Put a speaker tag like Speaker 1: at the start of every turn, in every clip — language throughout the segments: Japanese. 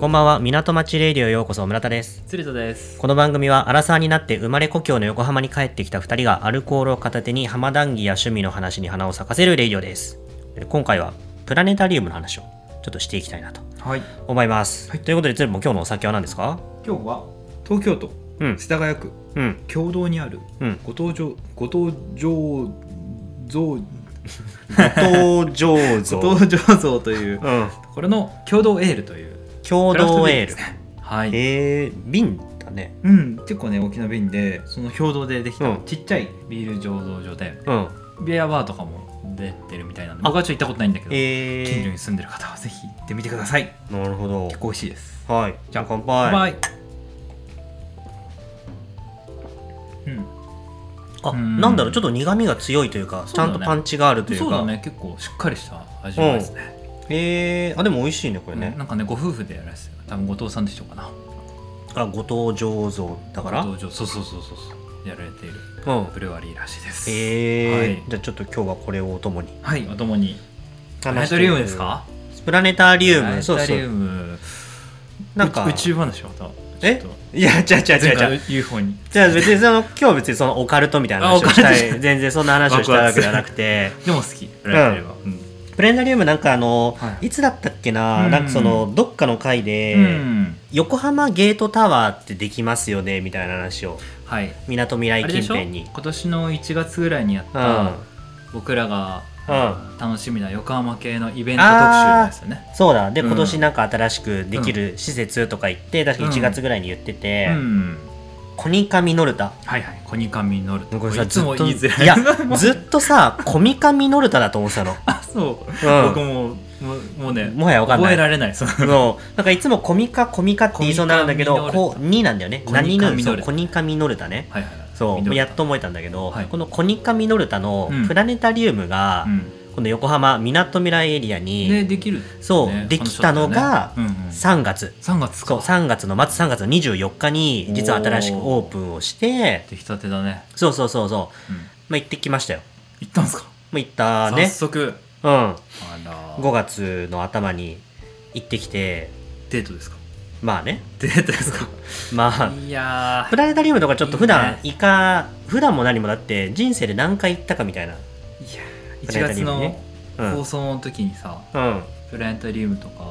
Speaker 1: こんばんは、港町レイディオへようこそ、村田です。
Speaker 2: 鶴田です。
Speaker 1: この番組は、アラサーになって生まれ故郷の横浜に帰ってきた二人が、アルコールを片手に浜談義や趣味の話に花を咲かせるレイディオです。今回は、プラネタリウムの話を、ちょっとしていきたいなと
Speaker 2: はい。
Speaker 1: 思います。ということで、つるも今日のお酒は何ですか
Speaker 2: 今日は東京都
Speaker 1: うん、
Speaker 2: 世田谷区
Speaker 1: うん、
Speaker 2: 共同にある
Speaker 1: うん。
Speaker 2: ご登場ご登場像
Speaker 1: 東上
Speaker 2: ご登場像というと
Speaker 1: うん。
Speaker 2: これの共同エールという
Speaker 1: 共同エール。
Speaker 2: はい。
Speaker 1: えー、瓶だね。
Speaker 2: うん、結構ね大きな瓶でその共同ででき
Speaker 1: う
Speaker 2: た
Speaker 1: ん
Speaker 2: ちっちゃいビール醸造所で
Speaker 1: うん。
Speaker 2: ビアバーとかも出てるみたいなの僕はちょっと行ったことないんだけど、
Speaker 1: え
Speaker 2: 近所
Speaker 1: ー
Speaker 2: に、住んでる方はぜひ行ってみてください
Speaker 1: なるほど。
Speaker 2: 結構美味しいです
Speaker 1: はい。じゃあ乾杯。
Speaker 2: バイ、うん
Speaker 1: あ、
Speaker 2: うん
Speaker 1: なんだろう、ちょっと苦味が強いというか、
Speaker 2: そう
Speaker 1: ちゃ
Speaker 2: だね
Speaker 1: んとパンチがあるというか。
Speaker 2: そうだね結構しっかりした味わいですね,、
Speaker 1: えー、あでも美味しいねこれね、
Speaker 2: なんかねご夫婦でやらせてる多分後藤さんでしょうかな
Speaker 1: あ後藤醸造だから
Speaker 2: 後藤醸そうそうそうそうそうやられている
Speaker 1: うん
Speaker 2: ブルワリーらしいです
Speaker 1: えー
Speaker 2: はい
Speaker 1: じゃあちょっと今日はこれをお供に
Speaker 2: はいお供にプラ
Speaker 1: 話
Speaker 2: ネ
Speaker 1: して
Speaker 2: タリウムですか
Speaker 1: プラネタリウ
Speaker 2: プラ
Speaker 1: ム
Speaker 2: ネ
Speaker 1: そう
Speaker 2: タ
Speaker 1: そ
Speaker 2: リウ
Speaker 1: う
Speaker 2: ム
Speaker 1: なんか
Speaker 2: 宇宙話また
Speaker 1: え
Speaker 2: ちょっと
Speaker 1: いや違う違う違
Speaker 2: 前
Speaker 1: う違う
Speaker 2: 回 UFO に
Speaker 1: じゃあ別にその今日は別にそのオカルトみたいな話をした
Speaker 2: あオカル
Speaker 1: い全然そんな話をしたいわけじゃなくて
Speaker 2: でも好きプラネタリウムは
Speaker 1: プラネタリウムなんかあの、
Speaker 2: はい
Speaker 1: い、つだったっけな、
Speaker 2: うん
Speaker 1: なんかそのどっかの回で、
Speaker 2: うん
Speaker 1: 横浜ゲートタワーってできますよねみたいな話を
Speaker 2: はい
Speaker 1: みなとみらい
Speaker 2: あれで
Speaker 1: 近
Speaker 2: しょ
Speaker 1: 辺に
Speaker 2: 今年の1月ぐらいにやっ
Speaker 1: うん
Speaker 2: た僕らが
Speaker 1: う
Speaker 2: 楽しみな横浜系のイベント特集ですよね
Speaker 1: そうだで
Speaker 2: うん
Speaker 1: 今年なんか新しくできる施設とか言って、確か1月ぐらいに言ってて
Speaker 2: う、ん
Speaker 1: コニカミノルタ
Speaker 2: はいはい、コニカミノルタ。
Speaker 1: これ
Speaker 2: い
Speaker 1: さず
Speaker 2: つ
Speaker 1: っ
Speaker 2: も
Speaker 1: と
Speaker 2: 言いづら い。
Speaker 1: やずっとさコミカミノルタだと思って たの、
Speaker 2: あそう、僕
Speaker 1: う
Speaker 2: も、もうもうね、
Speaker 1: ん、もはやわかんな
Speaker 2: 覚え
Speaker 1: い
Speaker 2: られない。その
Speaker 1: そうなんかいつもコミカコミカって言いそうになるんだけど
Speaker 2: コ
Speaker 1: こ
Speaker 2: ミカミノルタ
Speaker 1: う2なんだよね
Speaker 2: コニカ
Speaker 1: 何の
Speaker 2: ミ
Speaker 1: そ
Speaker 2: ノ
Speaker 1: う
Speaker 2: ルタ
Speaker 1: コニカミノルタね
Speaker 2: はいはいはい。
Speaker 1: そう
Speaker 2: 緑
Speaker 1: やっと覚えたんだけど、
Speaker 2: はい
Speaker 1: このコニカミノルタの
Speaker 2: うん
Speaker 1: プラネタリウムが、
Speaker 2: うん
Speaker 1: この横浜みなとみらいエリアに、
Speaker 2: で、できる、
Speaker 1: そう、
Speaker 2: ね
Speaker 1: できたのが
Speaker 2: うんうん、
Speaker 1: 3月、
Speaker 2: 3月
Speaker 1: そう
Speaker 2: か。
Speaker 1: 3月の末3月の24日に実は新しくオ
Speaker 2: お
Speaker 1: ー
Speaker 2: ー
Speaker 1: プンをして
Speaker 2: 出来たてだね。
Speaker 1: そうそうそうそう
Speaker 2: うん
Speaker 1: まあ行ってきましたよ
Speaker 2: 行ったんすか
Speaker 1: まあ行った
Speaker 2: 早
Speaker 1: ね
Speaker 2: 速。
Speaker 1: うん
Speaker 2: あら
Speaker 1: 5月の頭に行ってきて
Speaker 2: デートですか
Speaker 1: まあね
Speaker 2: デートですか
Speaker 1: まあ
Speaker 2: いや
Speaker 1: プラネタリウムとかちょっと普
Speaker 2: いい
Speaker 1: 段
Speaker 2: ね
Speaker 1: イカ普段も何もだって人生で何回行ったかみたいな
Speaker 2: ー、いやー
Speaker 1: プラネタリウム
Speaker 2: 1
Speaker 1: ねう
Speaker 2: 月の
Speaker 1: ん
Speaker 2: 放送の時にさ、
Speaker 1: うん
Speaker 2: プラネタリウムとか、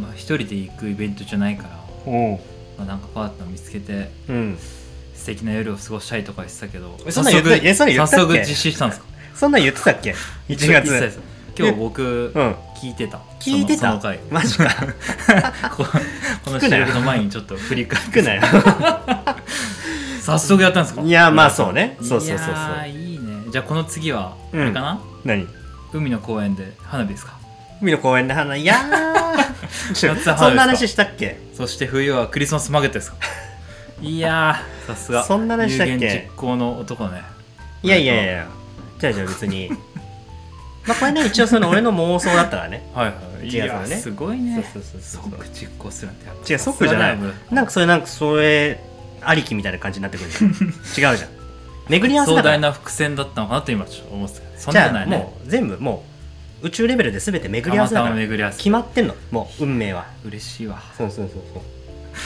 Speaker 2: まあ、一人で行くイベントじゃないから、
Speaker 1: うん
Speaker 2: まあ、なんかパートナー見つけて、
Speaker 1: うん、
Speaker 2: 素敵な夜を過ごしたいとか言ってたけど
Speaker 1: えそんなん言った
Speaker 2: 早
Speaker 1: えそんなん
Speaker 2: 速
Speaker 1: 言ったっけ
Speaker 2: 早速実施したん ですか
Speaker 1: そんなん言ってたっけ1
Speaker 2: 一切で
Speaker 1: 月
Speaker 2: す今日僕
Speaker 1: うん
Speaker 2: 聞いてた
Speaker 1: 聞いて
Speaker 2: そ
Speaker 1: た
Speaker 2: の その回
Speaker 1: マ ジか
Speaker 2: ここの
Speaker 1: 聞く
Speaker 2: 収
Speaker 1: なよ
Speaker 2: 録の前にちょっと振り返っ
Speaker 1: 少
Speaker 2: て
Speaker 1: ない
Speaker 2: 早速やったんですか
Speaker 1: いやまあそうねそうそうそうそう
Speaker 2: いやーいいねじゃあこの次はあ
Speaker 1: うん
Speaker 2: れかな、
Speaker 1: 何
Speaker 2: 海の公園で花火ですか
Speaker 1: 海の公園の花いやーちょ
Speaker 2: 夏 花
Speaker 1: そんな
Speaker 2: で
Speaker 1: 話
Speaker 2: すか
Speaker 1: したっけ
Speaker 2: そして冬はクリスマスマーケットで すかいやーさすが
Speaker 1: そんな話したっけ
Speaker 2: 有言実行の男ね
Speaker 1: いやいやいやじゃあじゃあ別に まあこれね一応その俺の妄想だったからね
Speaker 2: はいはい
Speaker 1: 違うからね
Speaker 2: いやすごいね
Speaker 1: そうそうそうそう
Speaker 2: 即実行するなんてやっぱ
Speaker 1: 違う即じゃない
Speaker 2: さすがだよ
Speaker 1: なんかそれなんかそれありきみたいな感じになってくるじゃん違うじゃん巡り合わせ
Speaker 2: 壮
Speaker 1: だから
Speaker 2: 大な伏線だったのかなと今ちょっと思ってたそん
Speaker 1: じ
Speaker 2: なこと
Speaker 1: ゃ
Speaker 2: な
Speaker 1: あ
Speaker 2: いね
Speaker 1: もう全部もう宇宙レベルで全て巡
Speaker 2: た
Speaker 1: り合わ
Speaker 2: ま
Speaker 1: せだ
Speaker 2: た
Speaker 1: か
Speaker 2: ま
Speaker 1: ら
Speaker 2: 巡り合わせ
Speaker 1: 決まってんのもう運命は
Speaker 2: 嬉しい わ
Speaker 1: そうそうそう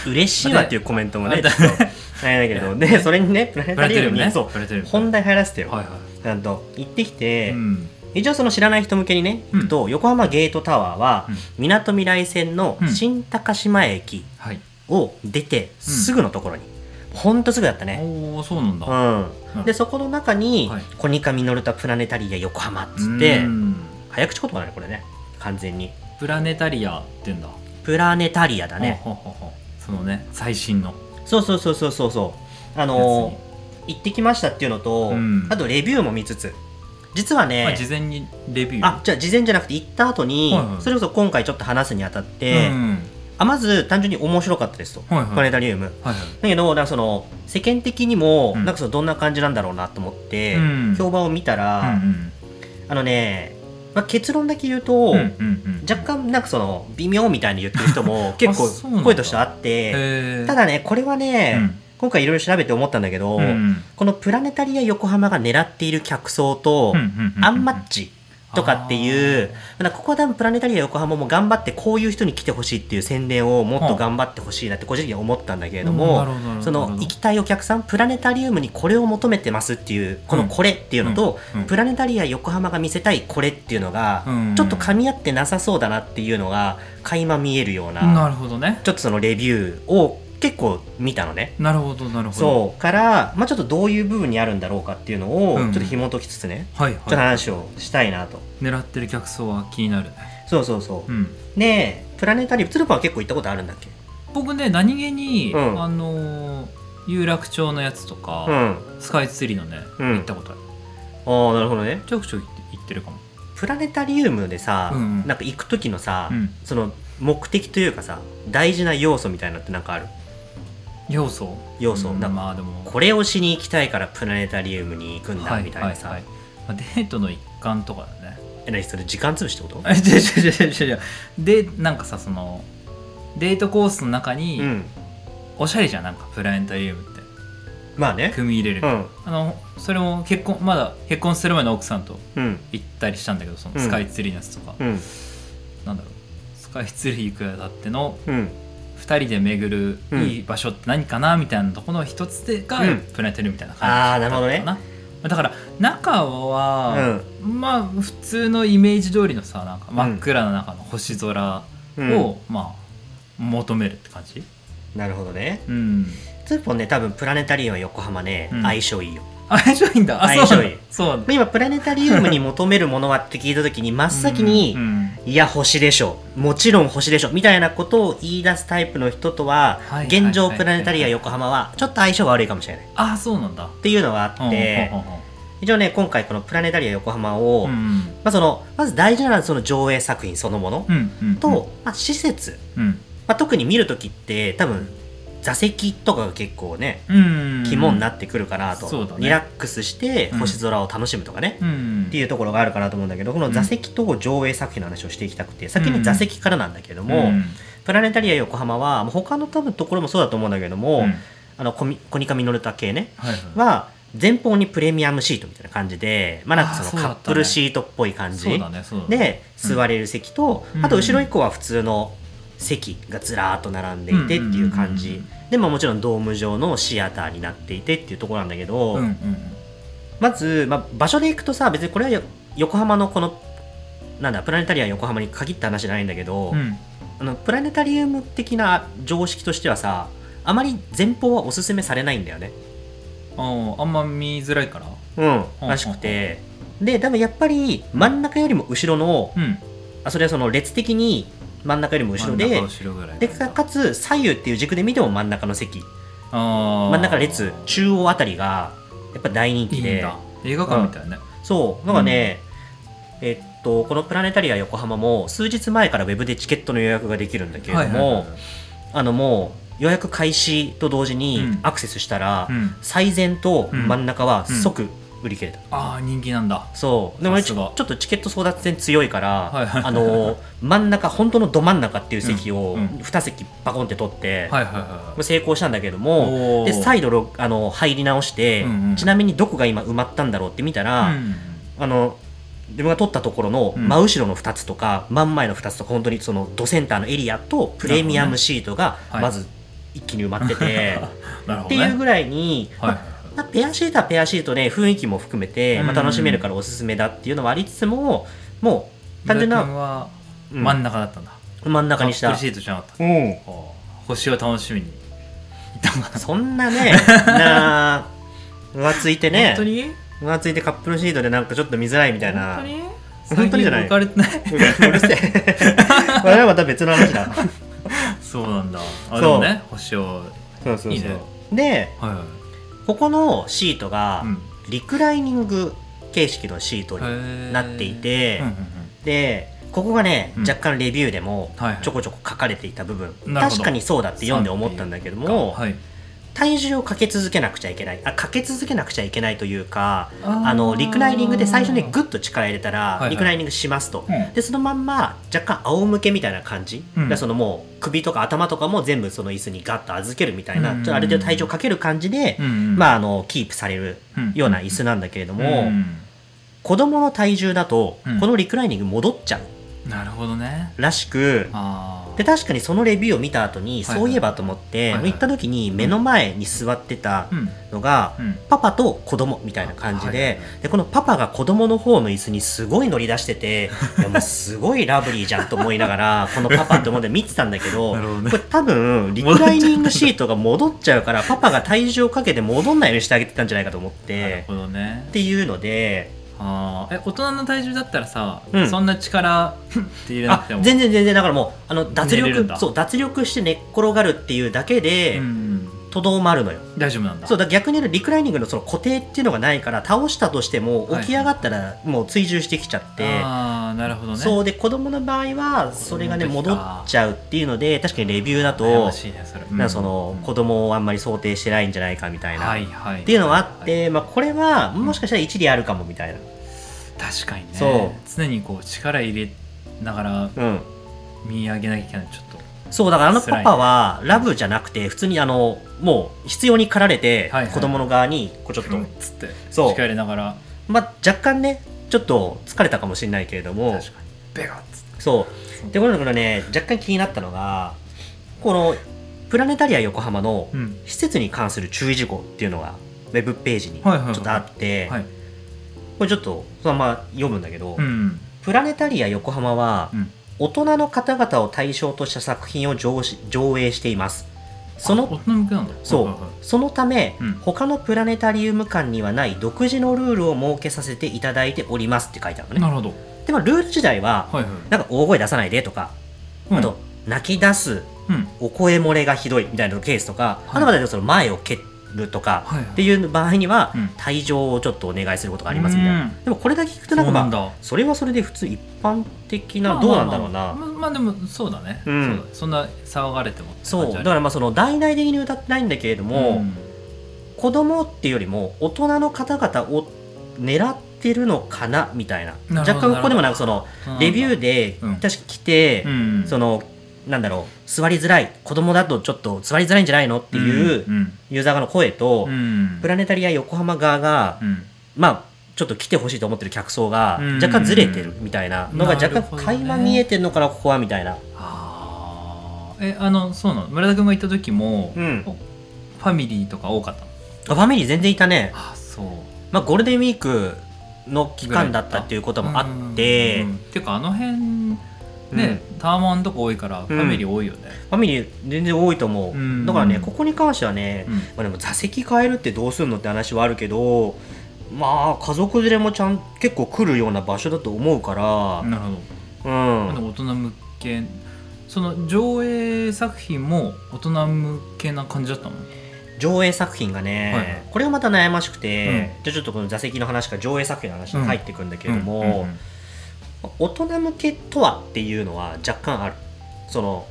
Speaker 1: そう嬉しいわっていうコメントもねちょ
Speaker 2: あ
Speaker 1: っとあれだけどでそれにねプラネ
Speaker 2: プ
Speaker 1: タ
Speaker 2: ラネ
Speaker 1: リ
Speaker 2: タリ
Speaker 1: ウ
Speaker 2: ウ
Speaker 1: ム
Speaker 2: ム
Speaker 1: に
Speaker 2: ね
Speaker 1: そ
Speaker 2: プラネタリウ
Speaker 1: う
Speaker 2: ム
Speaker 1: 本題入らせてよ
Speaker 2: はいは
Speaker 1: ちゃんと行ってき
Speaker 2: い
Speaker 1: て、
Speaker 2: うん
Speaker 1: 一応その知らない人向けにね、
Speaker 2: うん
Speaker 1: と横浜ゲートタワーは
Speaker 2: うん
Speaker 1: みなとみらい線の
Speaker 2: うん
Speaker 1: 新高島駅
Speaker 2: はい
Speaker 1: を出てすぐのところに、ほんとすぐだったね、
Speaker 2: おおそうなん
Speaker 1: う
Speaker 2: だ
Speaker 1: ん
Speaker 2: うん
Speaker 1: でそこの中に、
Speaker 2: はい
Speaker 1: コニカミノルタプラネタリア横浜っつって、
Speaker 2: うん
Speaker 1: 早口言葉だねこれね完全に
Speaker 2: プラネタリアって言うんだ
Speaker 1: プラネタリアだね、
Speaker 2: ほうほうほうほうそのね最新の
Speaker 1: そうそうそうそうそうそうあ
Speaker 2: やつ
Speaker 1: の
Speaker 2: に
Speaker 1: ー行ってきましたっていうのと、
Speaker 2: うん
Speaker 1: あとレビューも見つつ実はね、
Speaker 2: まあ事前にレビュー
Speaker 1: あじゃあ事前じゃなくて行った後に、
Speaker 2: はいはい
Speaker 1: それこそ今回ちょっと話すにあたっ
Speaker 2: う
Speaker 1: て、
Speaker 2: ん
Speaker 1: あまず単純に面白かったですと、
Speaker 2: はい
Speaker 1: プラ
Speaker 2: は
Speaker 1: ネ
Speaker 2: い
Speaker 1: タリウム
Speaker 2: はいはい
Speaker 1: だけどなんかその世間的にも、
Speaker 2: うん
Speaker 1: なんかそのどんな感じなんだろうなと思って、
Speaker 2: うん
Speaker 1: 評判を見たら、
Speaker 2: うん
Speaker 1: あのね、まあ、結論だけ言うと、
Speaker 2: うんうんうんうん
Speaker 1: 若干なんかその微妙みたいに言ってる人 も結
Speaker 2: そう
Speaker 1: 構
Speaker 2: なんだ
Speaker 1: 声としてあって
Speaker 2: へー
Speaker 1: ただねこれはね、
Speaker 2: うん
Speaker 1: 今回いろいろ調べて思ったんだけど、
Speaker 2: うんうん
Speaker 1: このプラネタリア横浜が狙っている客層と
Speaker 2: うんうんうんうん
Speaker 1: アンマッチとかっていうなんかここは多分プラネタリア横浜も頑張ってこういう人に来てほしいっていう宣伝をもっと頑張ってほしいなって個人的には思ったんだけれども、
Speaker 2: うんなるほどなるほど
Speaker 1: その行きたいお客さんプラネタリウムにこれを求めてますっていうこのこれっていうのと、
Speaker 2: うんうん
Speaker 1: プラネタリア横浜が見せたいこれっていうのが、
Speaker 2: うん
Speaker 1: ちょっと噛み合ってなさそうだなっていうのが垣間見えるような
Speaker 2: なるほどね
Speaker 1: ちょっとそのレビューを結構見たのね。
Speaker 2: なるほどなるほど
Speaker 1: そうから、まあ、ちょっとどういう部分にあるんだろうかっていうのをち
Speaker 2: う
Speaker 1: ょ
Speaker 2: ん
Speaker 1: っと紐解きつつね、
Speaker 2: はい
Speaker 1: ちょっと
Speaker 2: は
Speaker 1: 話をしたいなと。
Speaker 2: い狙ってる客層は気になるね
Speaker 1: そうそうそう。
Speaker 2: うん
Speaker 1: で、プラネタリウム、鶴パは結構行ったことあるんだっけ
Speaker 2: 僕ね何気に、
Speaker 1: うん
Speaker 2: あのー有楽町のやつとか、
Speaker 1: うん。あ
Speaker 2: スカイツリーのね、
Speaker 1: うん
Speaker 2: 行ったことある
Speaker 1: あ、なるほどね。
Speaker 2: ちょくちょく行って行ってるかも
Speaker 1: プラネタリウムでさ、
Speaker 2: うんうん
Speaker 1: なんか行く時のさ、
Speaker 2: うん
Speaker 1: その目的というかさ、大事な要素みたいなのってなんかある
Speaker 2: 要素
Speaker 1: 要素
Speaker 2: うん
Speaker 1: なんか
Speaker 2: まあでも
Speaker 1: これをしに行きたいからプラネタリウムに行くんだ
Speaker 2: はい
Speaker 1: みたいなさ、
Speaker 2: はいはいまあ、デートの一環とかだね
Speaker 1: え何それ時間潰しってこと
Speaker 2: あ違う違う違う違う違うでなんかさそのデートコースの中に、
Speaker 1: うん。
Speaker 2: おしゃれじゃんなんかプラネタリウムって
Speaker 1: まあね。
Speaker 2: 組み入れる、
Speaker 1: うん。
Speaker 2: あのそれも結婚まだ結婚する前の奥さんと
Speaker 1: うん。
Speaker 2: 行ったりしたんだけどその
Speaker 1: うん
Speaker 2: スカイツリーのやつとか、
Speaker 1: うん。
Speaker 2: なんだろうスカイツリー行くやだっての
Speaker 1: うん。
Speaker 2: 2人で巡
Speaker 1: う
Speaker 2: る
Speaker 1: ん
Speaker 2: いい場所って何かなみたいなところの一つでが、
Speaker 1: うん
Speaker 2: プラネタリウムみたいな
Speaker 1: あーな
Speaker 2: 感じだ
Speaker 1: る
Speaker 2: った
Speaker 1: ほ
Speaker 2: か
Speaker 1: ど
Speaker 2: な
Speaker 1: ね
Speaker 2: だから中は、まあ普通のイメージ通りのさなんか真っ暗な中の星空を、
Speaker 1: うん
Speaker 2: まあ求めるって感じ
Speaker 1: なるほどね。
Speaker 2: うん
Speaker 1: ツーポンね、多分プラネタリウムは横浜ね、
Speaker 2: うん
Speaker 1: 相性いいよ。
Speaker 2: 相性いいんだあそう
Speaker 1: 相性
Speaker 2: なん
Speaker 1: いい
Speaker 2: だそうなんだ
Speaker 1: 今、プラネタリウムに求めるものはって聞いたときに、真っ先に、
Speaker 2: うんうん
Speaker 1: いや、星でしょ。もちろん星でしょ。みたいなことを言い出すタイプの人とは、
Speaker 2: はい
Speaker 1: 現状、
Speaker 2: はいはいはい
Speaker 1: プラネタリア横浜は、ちょっと相性が悪いかもしれない。っ
Speaker 2: あそうなんだ
Speaker 1: ていうのがあって
Speaker 2: うん、うんうんうん
Speaker 1: 一応ね、今回、このプラネタリア横浜を、
Speaker 2: う
Speaker 1: ま
Speaker 2: ん
Speaker 1: あ、その、まず大事なのは、その上映作品そのもの
Speaker 2: うんうんうん
Speaker 1: と、まあ、施設。
Speaker 2: うん
Speaker 1: まあ、特に見るときって、多分、座席とかが結構ね、
Speaker 2: うん
Speaker 1: 肝になってくるかなと、
Speaker 2: そうだね
Speaker 1: リラックスして
Speaker 2: うん
Speaker 1: 星空を楽しむとかね、
Speaker 2: うん
Speaker 1: っていうところがあるかなと思うんだけどこの座席と上映作品の話をしていきたくて先に座席からなんだけども、
Speaker 2: ん
Speaker 1: プラネタリア横浜はもう他の多分ところもそうだと思うんだけども、
Speaker 2: うん
Speaker 1: あのコミコニカミノルタ系ね
Speaker 2: はいはい
Speaker 1: は前方にプレミアムシートみたいな感じでまあなんか
Speaker 2: あー
Speaker 1: そ
Speaker 2: そ
Speaker 1: の
Speaker 2: うだ
Speaker 1: カ
Speaker 2: っ
Speaker 1: ッ
Speaker 2: たね
Speaker 1: プルシートっぽい感じ、
Speaker 2: そうだねそうだね
Speaker 1: で座れる席と、
Speaker 2: うん
Speaker 1: あと後ろ以降は普通の席がずらーっと並んでいてっていう感じ、
Speaker 2: うんうんうん
Speaker 1: でももちろんドーム状のシアターになっていてっていうところなんだけど、
Speaker 2: うんうん
Speaker 1: まず、まあ、場所で行くとさ別にこれはよ横浜のこのなんだプラネタリア横浜に限った話じゃないんだけど、
Speaker 2: うんうん
Speaker 1: あのプラネタリウム的な常識としてはさあまり前方はおすすめされないんだよね、
Speaker 2: あああんま見づらいから
Speaker 1: うん、
Speaker 2: うん
Speaker 1: らしくて、で多分やっぱり真ん中よりも後ろの
Speaker 2: うん
Speaker 1: あそれはその列的に真ん中よりも後ろで
Speaker 2: 真ん中後ろぐらい
Speaker 1: でかかつ左右っていう軸で見ても真ん中の席
Speaker 2: 真
Speaker 1: 真ん中列中央あたりがやっぱ大人
Speaker 2: いい
Speaker 1: 気
Speaker 2: ん
Speaker 1: で
Speaker 2: だ映画館みたいね
Speaker 1: そうなんかね、えっとこのプラネタリア横浜も数日前からウェブでチケットの予約ができるんだけれども、
Speaker 2: はいはいはいはい
Speaker 1: あのもう予約開始と同時に
Speaker 2: うん
Speaker 1: アクセスしたら、
Speaker 2: うん
Speaker 1: 最前と真ん中は
Speaker 2: うん
Speaker 1: 即売り切れた、
Speaker 2: ああ人気なんだ
Speaker 1: そうでもねち
Speaker 2: さすが
Speaker 1: ょちょっとチケット争奪戦強いから、
Speaker 2: はいはい
Speaker 1: あの真ん中本当のど真ん中っていう席を
Speaker 2: うんうん
Speaker 1: 2席バコンって取って、
Speaker 2: はいはいは
Speaker 1: 成功したんだけれど
Speaker 2: い
Speaker 1: も
Speaker 2: おー
Speaker 1: で再度ロあの入り直して、
Speaker 2: うんうん
Speaker 1: ちなみにどこが今埋まったんだろうって見たら、
Speaker 2: うん
Speaker 1: あの自分が撮ったところの
Speaker 2: うん
Speaker 1: 真後ろの2つとか、真ん前の2つとか本当にそのドセンターのエリアとプレミアムシートが
Speaker 2: ほどね
Speaker 1: まず一気に埋まってて、
Speaker 2: なる
Speaker 1: っ
Speaker 2: ほ
Speaker 1: て
Speaker 2: ど
Speaker 1: いう
Speaker 2: ね
Speaker 1: ぐらいに、
Speaker 2: はいはい
Speaker 1: ま
Speaker 2: はい
Speaker 1: まあペアシートはペアシートで雰囲気も含めて、まあ、
Speaker 2: うん
Speaker 1: 楽しめるからおすすめだっていうのはありつつももう単純
Speaker 2: 伊沢
Speaker 1: な
Speaker 2: 君は
Speaker 1: うん
Speaker 2: 真ん中だったんだ
Speaker 1: 真ん中にし
Speaker 2: カ
Speaker 1: た
Speaker 2: ップルシートじゃなかった
Speaker 1: うん
Speaker 2: あー星を楽しみにいたんだ
Speaker 1: そんな ねな浮ついてね
Speaker 2: 本当に
Speaker 1: 浮ついてカップルシートでなんかちょっと見づらいみたいな
Speaker 2: 本当に
Speaker 1: 本当にじゃない
Speaker 2: 最近浮かれてない
Speaker 1: うるせえ これはまた別の話だ
Speaker 2: そうなんだ
Speaker 1: そう
Speaker 2: あでもね星を
Speaker 1: そうそうそう
Speaker 2: いいね
Speaker 1: で
Speaker 2: はいはい
Speaker 1: ここのシートが
Speaker 2: うん
Speaker 1: リクライニング形式のシートになっていて、
Speaker 2: うんうん
Speaker 1: でここがね、
Speaker 2: うん
Speaker 1: 若干レビューでも
Speaker 2: はいはい
Speaker 1: ちょこちょこ書かれていた部分、
Speaker 2: なるほど
Speaker 1: 確かにそうだって読んで思ったんだけども、
Speaker 2: はい
Speaker 1: 体重をかけ続けなくちゃいけないあかけ続けなくちゃいけないというか
Speaker 2: あー
Speaker 1: あのリクライニングで最初にグッと力入れたら、
Speaker 2: いはい
Speaker 1: リクライニングしますと、
Speaker 2: うん
Speaker 1: でそのまんま若干仰向けみたいな感じ、
Speaker 2: うん
Speaker 1: でそのもう首とか頭とかも全部その椅子にガッと預けるみたいな、
Speaker 2: うん
Speaker 1: ちょっとある程度体重をかける感じで、
Speaker 2: うんうん
Speaker 1: まあ、あのキープされるような椅子なんだけれども、
Speaker 2: うん
Speaker 1: 子供の体重だと、
Speaker 2: うん
Speaker 1: このリクライニング戻っちゃう
Speaker 2: なるほどね
Speaker 1: らしく、
Speaker 2: ああ
Speaker 1: で確かにそのレビューを見た後に、
Speaker 2: はいはい
Speaker 1: そういえばと思って、
Speaker 2: はいはい
Speaker 1: もう行った時に目の前に座ってた
Speaker 2: うん
Speaker 1: のが、
Speaker 2: うん
Speaker 1: パパと子供みたいな感じで,、
Speaker 2: はいはいは
Speaker 1: でこのパパが子供の方の椅子にすごい乗り出して ていやもうすごいラブリーじゃんと思いながらこのパパって思って見てたんだけど
Speaker 2: なるほどね
Speaker 1: これ多分リクライニングシートが戻っちゃうからパパが体重をかけて戻んないようにしてあげてたんじゃないかと思っ
Speaker 2: なる
Speaker 1: て
Speaker 2: ほどね
Speaker 1: っていうので
Speaker 2: あーえ大人の体重だったらさ、
Speaker 1: うん
Speaker 2: そんな力って入れな
Speaker 1: あ
Speaker 2: くても
Speaker 1: 全然全然だからもうあの脱
Speaker 2: 寝れるん
Speaker 1: 力
Speaker 2: だ
Speaker 1: そう脱力して寝っ転がるっていうだけで
Speaker 2: うん
Speaker 1: とどまるのよ。
Speaker 2: うん、大丈夫なんだ
Speaker 1: そうだから逆に言うとリクライニングのその固定っていうのがないから倒したとしても
Speaker 2: はい
Speaker 1: 起き上がったらもう追従してきちゃって、
Speaker 2: ああなるほどね
Speaker 1: そうで子供の場合はそれがね
Speaker 2: 子供
Speaker 1: 戻
Speaker 2: の時か
Speaker 1: っちゃうっていうので確かにレビューだ
Speaker 2: 悩
Speaker 1: と
Speaker 2: ましいねそれ
Speaker 1: なんかその子供をあんまり想定してないんじゃないかみたいな、
Speaker 2: はいはい
Speaker 1: っていうのはあって、まあ、これはもしかしたら一理あるかもみたいな。
Speaker 2: 確かにね
Speaker 1: そう
Speaker 2: 常にこう力入れながら
Speaker 1: うん
Speaker 2: 見上げなきゃいけないちょっと
Speaker 1: そうだからあの
Speaker 2: 辛い
Speaker 1: パパはラブじゃなくて普通にあのもう必要に駆られて
Speaker 2: はいはい
Speaker 1: 子供の側にこうちょっと、
Speaker 2: うんつって
Speaker 1: そう
Speaker 2: 力入れながら
Speaker 1: まあ、若干ねちょっと疲れたかもしれないけれども
Speaker 2: 確かにベガッつっ
Speaker 1: そう。で、このこのね、若干気になったのが、このプラネタリア横浜の
Speaker 2: てうん
Speaker 1: 施設に関する注意事項っていうのが、ウェブページにちょ
Speaker 2: はいはいはい
Speaker 1: っとあって、
Speaker 2: はい
Speaker 1: これちょっとそのまま読むんだけど、
Speaker 2: うん
Speaker 1: プラネタリア横浜は、
Speaker 2: うん
Speaker 1: 大人の方々を対象とした作品を上し上映しています。そ
Speaker 2: あ大
Speaker 1: の
Speaker 2: 人向けなんだ
Speaker 1: そう、
Speaker 2: はいはいはい
Speaker 1: そのため、
Speaker 2: うん
Speaker 1: 他のプラネタリウム館にはない独自のルールを設けさせていただいておりますって書いてあるの
Speaker 2: な
Speaker 1: ね。
Speaker 2: るほど
Speaker 1: でもルール自体は、
Speaker 2: はいはい
Speaker 1: なんか大声出さないでとか、
Speaker 2: うん
Speaker 1: あと泣き出す
Speaker 2: うん
Speaker 1: お声漏れがひどいみたいなケースとか、
Speaker 2: はい
Speaker 1: あとはその前を蹴るとか、
Speaker 2: はいはい
Speaker 1: っていう場合には、
Speaker 2: うん
Speaker 1: 退場をちょっとお願いすることがありますみたいな、
Speaker 2: うん
Speaker 1: でもこれだけ聞くとなん
Speaker 2: そ
Speaker 1: か
Speaker 2: う
Speaker 1: ま
Speaker 2: な
Speaker 1: あ
Speaker 2: ん
Speaker 1: そ
Speaker 2: だ
Speaker 1: れはそれで普通一般的な、
Speaker 2: まあ
Speaker 1: どうなんだろうな、
Speaker 2: まあまあまあまあでもそうだね、
Speaker 1: うん
Speaker 2: そうだそんな騒がれてもって
Speaker 1: そう
Speaker 2: 感じあ
Speaker 1: だ
Speaker 2: る
Speaker 1: からまあその大々的に歌ってないんだけれども、
Speaker 2: ん
Speaker 1: 子供っていうよりも大人の方々を狙ってるのかなみたいな
Speaker 2: なる
Speaker 1: 若
Speaker 2: ほど
Speaker 1: 干ここでもなんかそのレビューで
Speaker 2: うん
Speaker 1: 確か来て、
Speaker 2: うん
Speaker 1: そのなんだろう座りづらい子供だとちょっと座りづらいんじゃないのっていう
Speaker 2: うん
Speaker 1: ユーザー側の声と、
Speaker 2: うん
Speaker 1: プラネタリア横浜側が、
Speaker 2: うん
Speaker 1: まあちょっと来てほしいと思ってる客層が
Speaker 2: うん
Speaker 1: 若干ずれてるみたいなのが
Speaker 2: なる
Speaker 1: 若干
Speaker 2: ほどね
Speaker 1: 垣間見えてるのかなここはみたいな
Speaker 2: あーえあのそうなの村田君が行った時も、
Speaker 1: うん
Speaker 2: おファミリーとか多かったの
Speaker 1: あファミリー全然いたね、
Speaker 2: あそう
Speaker 1: まあ、ゴールデンウィークの期間だったっていうこともあって、
Speaker 2: うんうんうんっていうかあの辺ね、タワマンとか多いからファミリー多いよね、
Speaker 1: ファミリー全然多いと思う、
Speaker 2: うん
Speaker 1: だからねここに関してはね、
Speaker 2: うん
Speaker 1: まあ、でも座席変えるってどうするのって話はあるけどまあ家族連れもちゃん結構来るような場所だと思うから
Speaker 2: なるほど、
Speaker 1: うん、
Speaker 2: でも大人向けその上映作品も大人向けな感じだったの
Speaker 1: 上映作品がね、
Speaker 2: はいはい
Speaker 1: これがまた悩ましくて、じゃあちょっとこの座席の話から上映作品の話に入っていくんだけれども、
Speaker 2: うんうんうん
Speaker 1: 大人向けとはっていうのは若干あるその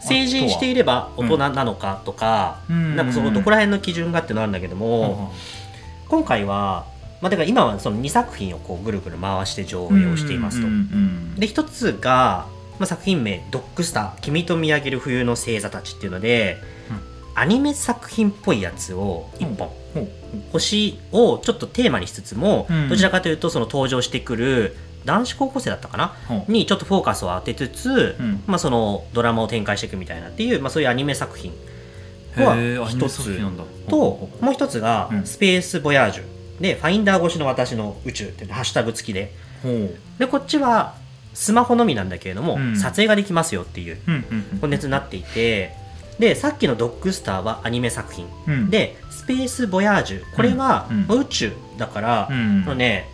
Speaker 1: 成人していれば大人なのかとか、
Speaker 2: うん
Speaker 1: なんかそのどこら辺の基準がっていうのあるんだけども、今回は、まあ、だから今はその2作品をこうぐるぐる回して上映をしていますと。
Speaker 2: うんうんうん
Speaker 1: で1つが、まあ、作品名「ドッグスター君と見上げる冬の星座たち」っていうので、
Speaker 2: うん
Speaker 1: アニメ作品っぽいやつを1本、
Speaker 2: ほう
Speaker 1: 星をちょっとテーマにしつつも、
Speaker 2: うん
Speaker 1: どちらかというとその登場してくる男子高校生だったかな
Speaker 2: ほう
Speaker 1: にちょっとフォーカスを当てつつ、
Speaker 2: うん
Speaker 1: まあ、そのドラマを展開していくみたいなっていう、まあ、そういうアニメ作品
Speaker 2: へ
Speaker 1: は
Speaker 2: ーアニメ
Speaker 1: 一
Speaker 2: 作品
Speaker 1: つ
Speaker 2: なんだ
Speaker 1: と
Speaker 2: ほうほうほ
Speaker 1: もう一つが
Speaker 2: う
Speaker 1: 「
Speaker 2: ん
Speaker 1: スペース・ボヤージュ」で「ファインダー越しの私の宇宙」っていうハッシュタグ付きで
Speaker 2: うほう
Speaker 1: でこっちはスマホのみなんだけれども、
Speaker 2: うん
Speaker 1: 撮影ができますよっていう
Speaker 2: うんうんうん
Speaker 1: コンテンツになっていてでさっきの「ドッグスター」はアニメ作品
Speaker 2: うん、
Speaker 1: で「スペース・ボヤージュ」これは
Speaker 2: うん
Speaker 1: まあ宇宙だから、
Speaker 2: うん
Speaker 1: あのね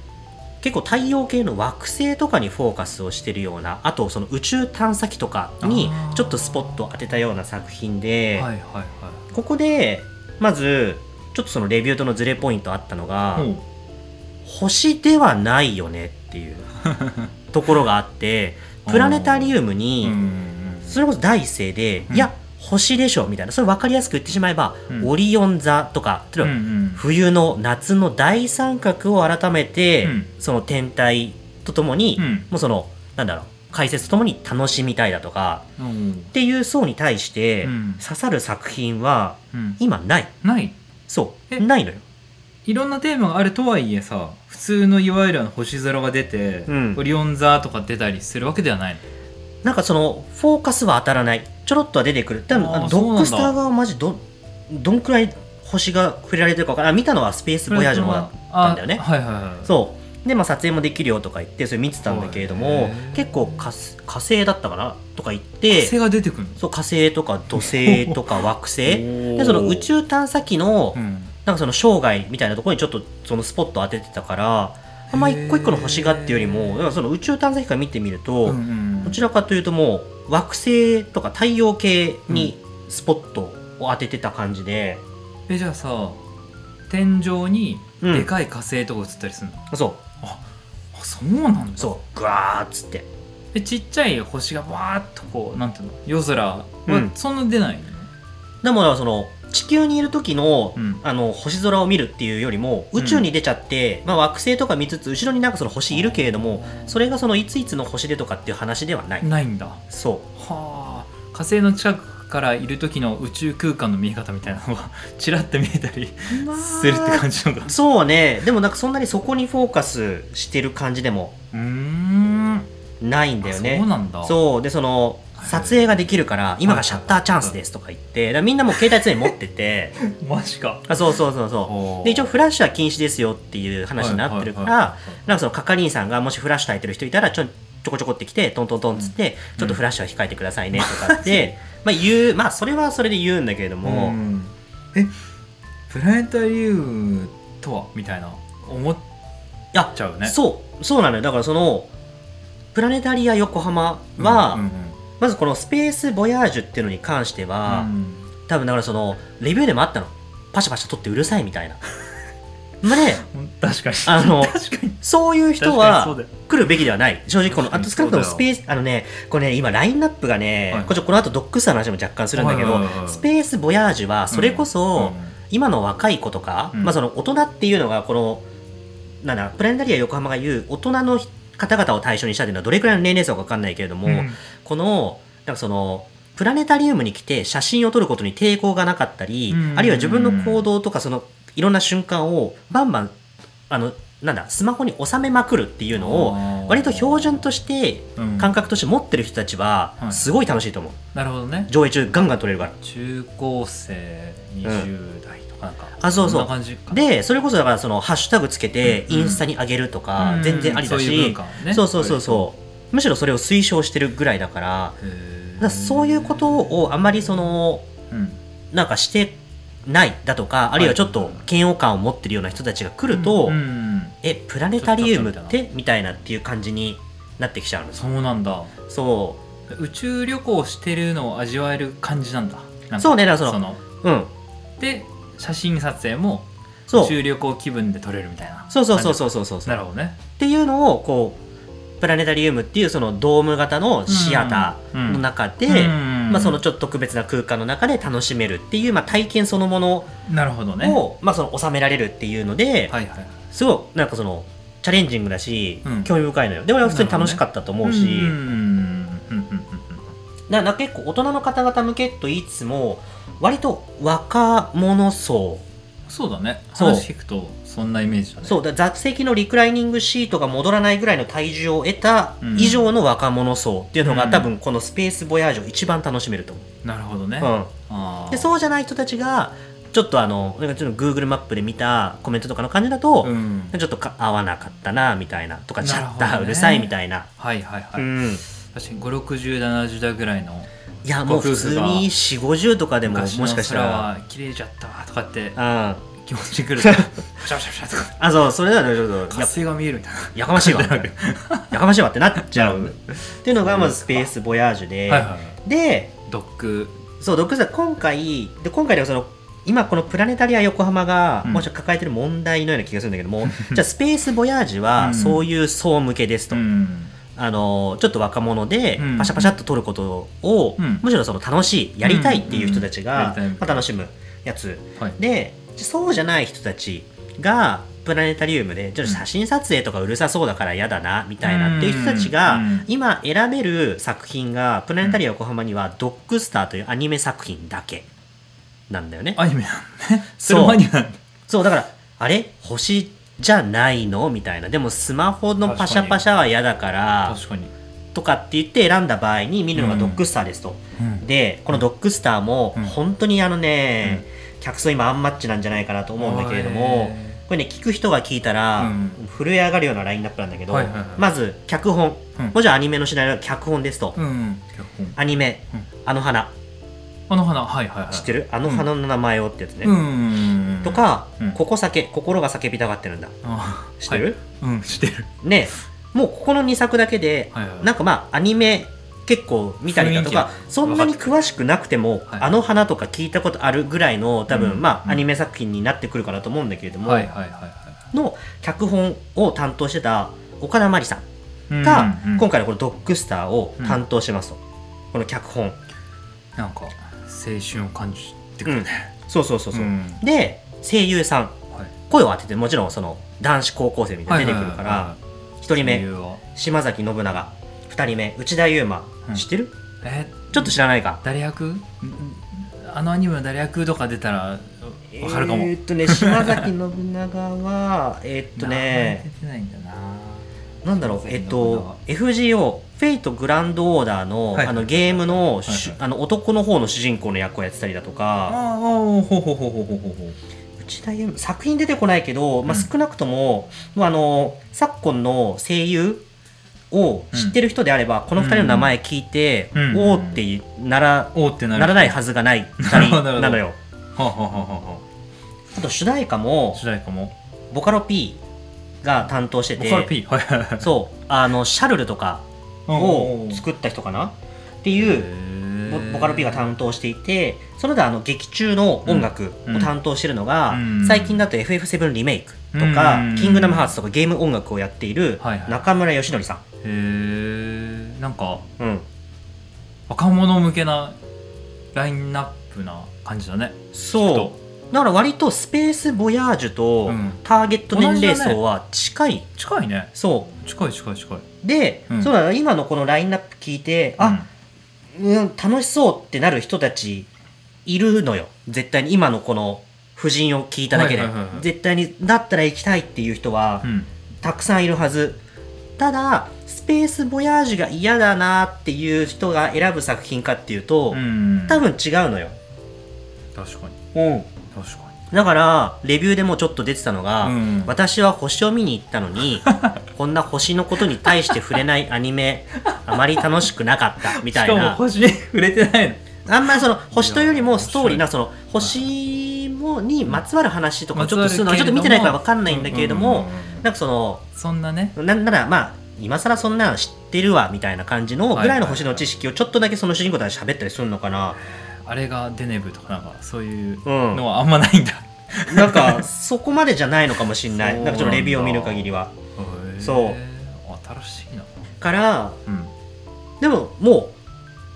Speaker 1: 結構太陽系の惑星とかにフォーカスをしてるようなあとその宇宙探査機とかに
Speaker 2: あー
Speaker 1: ちょっとスポットを当てたような作品で、
Speaker 2: はいはいはい
Speaker 1: ここでまずちょっとそのレビューとのズレポイントあったのが
Speaker 2: ほう
Speaker 1: 星ではないよねって いうところがあってプラネタリウム
Speaker 2: うん
Speaker 1: にそれこそ第一声で、
Speaker 2: うん
Speaker 1: いや星でしょみたいなそれ分かりやすく言ってしまえば、
Speaker 2: うん
Speaker 1: オリオン座とか例え
Speaker 2: う
Speaker 1: ば
Speaker 2: んうん
Speaker 1: 冬の夏の大三角を改めて、
Speaker 2: うん
Speaker 1: その天体とともに、
Speaker 2: うん
Speaker 1: もうそのなんだろう解説とともに楽しみたいだとか
Speaker 2: うん
Speaker 1: っていう層に対して、
Speaker 2: うん
Speaker 1: 刺さる作品は
Speaker 2: うん
Speaker 1: 今ない
Speaker 2: ない
Speaker 1: そう
Speaker 2: え
Speaker 1: ないのよ
Speaker 2: いろんなテーマがあるとはいえさ普通のいわゆるあの星空が出て、
Speaker 1: うん
Speaker 2: オリオン座とか出たりするわけではないの
Speaker 1: なんかそのフォーカスは当たらないちょろっとは出てくる多分
Speaker 2: あー
Speaker 1: あの
Speaker 2: そうなん
Speaker 1: ド
Speaker 2: だ
Speaker 1: ッグスター側はマジどどんくらい星が触れられてるか分からないあ見たのはスペースボヤージュの方だったんだよね
Speaker 2: あはいはいはい
Speaker 1: そうでまあ撮影もできるよとか言ってそれ見てたんだけれど
Speaker 2: へ
Speaker 1: も
Speaker 2: ー
Speaker 1: 結構火す火星だったかなとか言っ
Speaker 2: 火
Speaker 1: て
Speaker 2: 星が出てくるの
Speaker 1: そう火星とか土星とか惑 星で
Speaker 2: で
Speaker 1: その宇、宙探査機の
Speaker 2: うん、
Speaker 1: なんかその生涯みたいなところにちょっとそのスポットを当ててたからあんま一個一個の星がっていうよりもだからその宇宙探査機から見てみると、
Speaker 2: うんうん
Speaker 1: どちらかというともう惑星とか太陽系にスポットを当ててた感じで、
Speaker 2: えじゃあさ天井に
Speaker 1: うん
Speaker 2: でかい火星とか映ったりするの、
Speaker 1: そ
Speaker 2: あそうなん
Speaker 1: う
Speaker 2: だ
Speaker 1: そうグワーっつって
Speaker 2: えちっちゃい星がわーっとこうなんていうの夜空は、
Speaker 1: うん
Speaker 2: そんな出ないのね
Speaker 1: でもその地球にいる時の,、
Speaker 2: うん
Speaker 1: あの星空を見るっていうよりも宇宙に出ちゃって、まあ、惑星とか見つつ後ろになんかその星いるけれどもそれがそのいついつの星でとかっていう話ではない、
Speaker 2: ないんだは
Speaker 1: そ
Speaker 2: あ火星の近くからいる時の宇宙空間の見え方みたいなのが ちらって見えたり
Speaker 1: う、
Speaker 2: するって感じのがう
Speaker 1: そうねでもなんかそんなにそこにフォーカスしてる感じでも
Speaker 2: ーん
Speaker 1: ないんだよね
Speaker 2: あそうなんだ
Speaker 1: そうでその
Speaker 2: はい
Speaker 1: 撮影ができるから今がシャッターチャンスですとか言ってだからみんなもう携帯常に持って て
Speaker 2: マジか
Speaker 1: あそうそうそうそうで一応フラッシュは禁止ですよっていう話になってるから、
Speaker 2: はいはいはい
Speaker 1: なんかその係員さんがもしフラッシュ焚いてる人いたらちょちょこちょこってきてトントントンっつって、ちょっとフラッシュは控えてくださいねとかって、 まあ言うまあそれはそれで言うんだけれども、
Speaker 2: んえプラネタリウムとはみたいな思っ
Speaker 1: いや
Speaker 2: ちゃうね
Speaker 1: そうそうなのよだからそのプラネタリア横浜は、
Speaker 2: うんうん
Speaker 1: まずこのスペースボヤージュっていうのに関しては、多分だからそのレビューでもあったのパシャパシャ撮ってうるさいみたいな まあね
Speaker 2: うん 確かに
Speaker 1: あの
Speaker 2: 確かに
Speaker 1: そういう人
Speaker 2: 確
Speaker 1: は
Speaker 2: かにそうだよ
Speaker 1: 来るべきではない正直このあ
Speaker 2: 確かに
Speaker 1: と少なくとも
Speaker 2: そ
Speaker 1: ス
Speaker 2: うだ
Speaker 1: ペー
Speaker 2: よ
Speaker 1: スあのねこれね今ラインナップがね、
Speaker 2: はい
Speaker 1: これちょっとこの後ドッグスターの話も若干するんだけど、
Speaker 2: はいはいはいはい
Speaker 1: スペースボヤージュはそれこそ、
Speaker 2: うんうん
Speaker 1: 今の若い子とか、
Speaker 2: うん
Speaker 1: まあその大人っていうのがこのなんだプラネタリア横浜が言う大人の方々を対象にしたというのはどれくらいの年齢層か分かんないけれども、
Speaker 2: うん
Speaker 1: このなんかそのプラネタリウムに来て写真を撮ることに抵抗がなかったり、
Speaker 2: うん
Speaker 1: あるいは自分の行動とかそのいろんな瞬間をバンバンあのなんだスマホに収めまくるっていうのを
Speaker 2: を
Speaker 1: 割と標準として
Speaker 2: うん
Speaker 1: 感覚として持ってる人たち
Speaker 2: は
Speaker 1: はいすごい楽しいと思う、
Speaker 2: なるほどね
Speaker 1: 上映中ガンガン撮れるから
Speaker 2: 中高生20代とかなんか、
Speaker 1: あそうそうん
Speaker 2: な感じか
Speaker 1: でそれこそだからそのハッシュタグつけて
Speaker 2: うん
Speaker 1: インスタに上げるとか
Speaker 2: うん
Speaker 1: 全然ありだ
Speaker 2: そういう文
Speaker 1: し
Speaker 2: 化をね
Speaker 1: そうそうそうそうむしろそれを推奨してるぐらいだから
Speaker 2: へー
Speaker 1: だからそういうことをあまりその
Speaker 2: うん
Speaker 1: なんかしてないだとかあるいはちょっ
Speaker 2: は
Speaker 1: と
Speaker 2: い
Speaker 1: 嫌悪感を持ってるような人たちが来ると、
Speaker 2: うんうん
Speaker 1: えプラネタリウムっ
Speaker 2: ちょっと
Speaker 1: てみたいなっていう感じになってきちゃうんです
Speaker 2: そうなんだ
Speaker 1: そ
Speaker 2: 宇宙旅行してるのを味わえる感じなんだなんか
Speaker 1: そうねだからそのううん
Speaker 2: で写真撮影も
Speaker 1: そう
Speaker 2: 宇宙旅行気分で撮れるみたいな
Speaker 1: そうそうそう
Speaker 2: う
Speaker 1: そうそうそうそう
Speaker 2: なるほどね
Speaker 1: っていうのをこうプラネタリウムっていうそのドーム型のシアターの中で、
Speaker 2: うん
Speaker 1: まあ、そのちょっと特別な空間の中で楽しめるっていう、まあ、体験そのもの
Speaker 2: なるほどねは
Speaker 1: を、まあ、その収められるっていうので、
Speaker 2: いはい
Speaker 1: すごいなんかそのチャレンジングだし、
Speaker 2: うん
Speaker 1: 興味深いのよで俺は普通に楽しかったと思うし、
Speaker 2: んんうんうん
Speaker 1: だから結構大人の方々向けと言いつつも割と若者層
Speaker 2: そうだね
Speaker 1: そう
Speaker 2: 話聞くとそんなイメージだね
Speaker 1: そうだから座席のリクライニングシートが戻らないぐらいの体重を得た以上の若者層っていうのが、
Speaker 2: うん
Speaker 1: 多分このスペースボヤージュを一番楽しめると思
Speaker 2: なるほどね、
Speaker 1: う、うん
Speaker 2: あー
Speaker 1: でそうじゃない人たちがちょっとあのなんかちょっと Google マップで見たコメントとかの感じだと、
Speaker 2: うん
Speaker 1: ちょっとか合わなかったなみたいなとかシ
Speaker 2: な
Speaker 1: ャ
Speaker 2: る
Speaker 1: ッ
Speaker 2: ほ
Speaker 1: タ
Speaker 2: どね
Speaker 1: ーうるさいみたいな、
Speaker 2: はいはいはい、
Speaker 1: うん、
Speaker 2: 確かに506070代ぐらいの
Speaker 1: いやもう
Speaker 2: ご
Speaker 1: 普
Speaker 2: 夫婦
Speaker 1: 通
Speaker 2: が
Speaker 1: に4 5 0とかでもも
Speaker 2: 昔の
Speaker 1: しかした
Speaker 2: 空
Speaker 1: ら
Speaker 2: は綺麗じゃったわとかって
Speaker 1: うん
Speaker 2: 気持ちくるとパシャパシャパシャとか
Speaker 1: あそうそれならちょっと
Speaker 2: 火
Speaker 1: や
Speaker 2: 星が見えるみたいな
Speaker 1: やかましい わみたいなやかましいわってなっちゃ
Speaker 2: な
Speaker 1: う
Speaker 2: る
Speaker 1: っていうのがまずスペースボヤージュで、
Speaker 2: はいはいはい
Speaker 1: で
Speaker 2: ドッグ
Speaker 1: そう独座今回で今回ではその今このプラネタリア横浜が
Speaker 2: うん
Speaker 1: もしか抱えてる問題のような気がするんだけども、じゃあスペースボヤージュは
Speaker 2: うん
Speaker 1: そういう層向けですと、
Speaker 2: うん
Speaker 1: あのちょっと若者で
Speaker 2: うん
Speaker 1: パシャパシャっと撮ることを、
Speaker 2: うん
Speaker 1: むしろその楽しいやりたいっていう人たち
Speaker 2: うんや
Speaker 1: が
Speaker 2: り、たいみ
Speaker 1: ま
Speaker 2: た
Speaker 1: あ、楽しむやつ
Speaker 2: はい
Speaker 1: でそうじゃない人たちがプラネタリウムでちょっと写真撮影とかうるさそうだから嫌だなみたいなっていう人たち
Speaker 2: う
Speaker 1: が
Speaker 2: ん
Speaker 1: 今選べる作品がプラネタリア横浜には「ドッグスター」というアニメ作品だけなんだよね。
Speaker 2: アニメなんだね
Speaker 1: そう
Speaker 2: それもアニメなんだ
Speaker 1: そうだからあれ星じゃないのみたいなでもスマホのパシャパシャは嫌だから
Speaker 2: 確かに、
Speaker 1: とかって言って選んだ場合に見るのがドッグスターですと、
Speaker 2: うん
Speaker 1: でこのドッグスターも
Speaker 2: うん
Speaker 1: 本当にあのね、客層今アンマッチなんじゃないかなと思うんだけれども、
Speaker 2: へ
Speaker 1: これね聞く人が聞いたら、
Speaker 2: うん
Speaker 1: 震え上がるようなラインナップなんだけど、
Speaker 2: はいはいはい
Speaker 1: まず脚本、
Speaker 2: うん
Speaker 1: もちろんアニメの主題は脚本ですと、
Speaker 2: ーうん脚本
Speaker 1: アニメ
Speaker 2: うん
Speaker 1: 「あの花
Speaker 2: あの花はいはいはい」
Speaker 1: 知って
Speaker 2: る
Speaker 1: る「あの花の名前を」ってやつね、
Speaker 2: うん
Speaker 1: とか、
Speaker 2: うん
Speaker 1: ここ酒心が叫びたがってるんだ
Speaker 2: あー
Speaker 1: 知ってる、
Speaker 2: はいうん知ってる
Speaker 1: ねもうここの2作だけで、
Speaker 2: はいはい
Speaker 1: なんかまあアニメ結構見たりだとか
Speaker 2: 雰囲気が
Speaker 1: そんなに詳しくなくても、
Speaker 2: はい
Speaker 1: あの花とか聞いたことあるぐらいの多分、
Speaker 2: うん
Speaker 1: ま
Speaker 2: うん
Speaker 1: あアニメ作品になってくるかなと思うんだけれども、
Speaker 2: はいはいはいは
Speaker 1: の脚本を担当してた岡田真理さ
Speaker 2: い
Speaker 1: んが、
Speaker 2: うんうん
Speaker 1: 今回のこの「ドッグスター」を担当してますと、この脚本
Speaker 2: なんか青春を感じてくるね
Speaker 1: そうそうそうそう、
Speaker 2: ん
Speaker 1: で声優さん
Speaker 2: はい
Speaker 1: 声を当ててもちろんその男子高校生みたいなの出てくるから1人
Speaker 2: 理
Speaker 1: 目
Speaker 2: 由を
Speaker 1: 島崎信長2人目内田悠馬、
Speaker 2: うん
Speaker 1: 知ってる
Speaker 2: え
Speaker 1: ちょっと知らないか
Speaker 2: 誰役んあのアニメの誰役とか出たらわかるかも
Speaker 1: えーっと ね島崎信長はえーっとね
Speaker 2: 出てないんだな
Speaker 1: なんだろう
Speaker 2: 島崎
Speaker 1: え
Speaker 2: 信長
Speaker 1: っと FGO フェイトグランドオーダーの,、
Speaker 2: はい
Speaker 1: あのゲームの,し、
Speaker 2: はい
Speaker 1: あの男の方の主人公の役をやってたりだと
Speaker 2: あー
Speaker 1: か
Speaker 2: あーほうほうほうほうほうほうほう
Speaker 1: 内田悠馬作品出てこないけど、まあ、
Speaker 2: うん
Speaker 1: 少なくとも,、もうあの昨今の声優を知ってる人であれば、この2人の名前聞いて、
Speaker 2: うん
Speaker 1: おーってなら,、
Speaker 2: おーってなる
Speaker 1: ならないはずがない
Speaker 2: なる
Speaker 1: 2
Speaker 2: ほど
Speaker 1: 人
Speaker 2: なるほど
Speaker 1: なのよ。
Speaker 2: はあはあはあは
Speaker 1: あと主題歌
Speaker 2: あ
Speaker 1: も
Speaker 2: 主題歌も
Speaker 1: ボカロ P が担当して
Speaker 2: ボ
Speaker 1: て
Speaker 2: カロ P はいはいはい
Speaker 1: そうあのシャルルとかを
Speaker 2: っ
Speaker 1: 作った人かなっていうボボカロ P が担当していてその他あの劇中の音楽を担当してるのが、
Speaker 2: うん
Speaker 1: 最近だと FF7 リメイクとか、
Speaker 2: うん
Speaker 1: キングダムハーツとかゲーム音楽をやっている
Speaker 2: はいはい
Speaker 1: 中村義則さん、
Speaker 2: へえんか
Speaker 1: うん、
Speaker 2: 若者向けなラインナップな感じだね
Speaker 1: そうだから割とスペースボヤージュと
Speaker 2: うん
Speaker 1: ターゲット年齢層は近い、
Speaker 2: 近いね
Speaker 1: そ
Speaker 2: 近い近い近いう
Speaker 1: で、
Speaker 2: うん
Speaker 1: そうだ今のこのラインナップ聞いて、あうん、楽しそうってなる人たちいるのよ絶対に今のこの夫人を聞いただけで、
Speaker 2: はいはいはいはい
Speaker 1: 絶対にだったら行きたいっていう人は
Speaker 2: うん、うん
Speaker 1: たくさんいるはずただスペースボヤージュが嫌だなっていう人が選ぶ作品かっていうと、
Speaker 2: うん、
Speaker 1: 多分違うのよ、
Speaker 2: 確かに
Speaker 1: うん、
Speaker 2: 確か
Speaker 1: だからレビューでもちょっと出てたのが、
Speaker 2: うん
Speaker 1: 私は星を見に行ったの にこんな星のことに対して触れないアニメあまり楽しくなかったみ
Speaker 2: に
Speaker 1: たい
Speaker 2: しかも
Speaker 1: な
Speaker 2: 星に触れてないの
Speaker 1: あんまりその星というより
Speaker 2: いや
Speaker 1: もストーリー
Speaker 2: 面
Speaker 1: なそ
Speaker 2: 白い
Speaker 1: の星もにまつわる話とかをちょっとするのは
Speaker 2: ま
Speaker 1: ちょっ
Speaker 2: つわ
Speaker 1: と見
Speaker 2: るけれども
Speaker 1: てないからわかんないんだけれど
Speaker 2: うん
Speaker 1: も
Speaker 2: うんうんうん
Speaker 1: なんかその
Speaker 2: そんなね
Speaker 1: なんならまあ今更そんなの知ってるわみたいな感じの
Speaker 2: はいはいはい
Speaker 1: ぐらいの星の知識をちょっとだけその主人公たち喋ったりするのかな
Speaker 2: あれがデネブとかなんかそういう
Speaker 1: うん
Speaker 2: のはあんまないんだ、
Speaker 1: なん かそこまでじゃないのかもしれない
Speaker 2: そう
Speaker 1: な
Speaker 2: なんん
Speaker 1: か
Speaker 2: だ
Speaker 1: ちょっとレビューを見る限りは
Speaker 2: へー
Speaker 1: そう
Speaker 2: 新しいな
Speaker 1: から
Speaker 2: うん
Speaker 1: でもも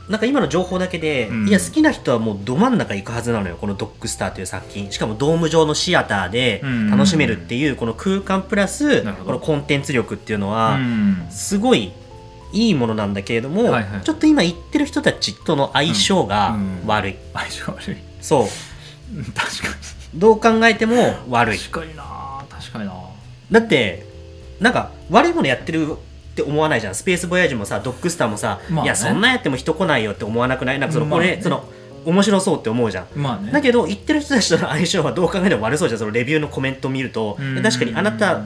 Speaker 1: うなんか今の情報だけで、
Speaker 2: うん
Speaker 1: いや好きな人はもうど真ん中行くはずなのよこの「ドッグスター」という作品しかもドーム上のシアターで
Speaker 2: うん
Speaker 1: 楽しめるっていうこの空間プラス
Speaker 2: なるほど
Speaker 1: このコンテンツ力っていうの
Speaker 2: う
Speaker 1: は
Speaker 2: ん
Speaker 1: すごいいいものなんだけれども、
Speaker 2: はいはい
Speaker 1: ちょっと今言ってる人たちとの相性が悪い、
Speaker 2: 相性悪い
Speaker 1: そう
Speaker 2: うん確か
Speaker 1: どう考えても悪
Speaker 2: に
Speaker 1: い
Speaker 2: 確かにな確かにな
Speaker 1: だってなんか悪いものやってるって思わないじゃんスペースボヤージュもさドッグスターもさ、
Speaker 2: まあね
Speaker 1: いやそんなんやっても人来ないよって思わなくないなんかその
Speaker 2: ま
Speaker 1: こ
Speaker 2: あね
Speaker 1: れ、その面白そうって思うじゃん
Speaker 2: まあね
Speaker 1: だけど言ってる人たちとの相性はどう考えても悪そうじゃんそのレビューのコメントを見ると
Speaker 2: うん
Speaker 1: 確かにあなた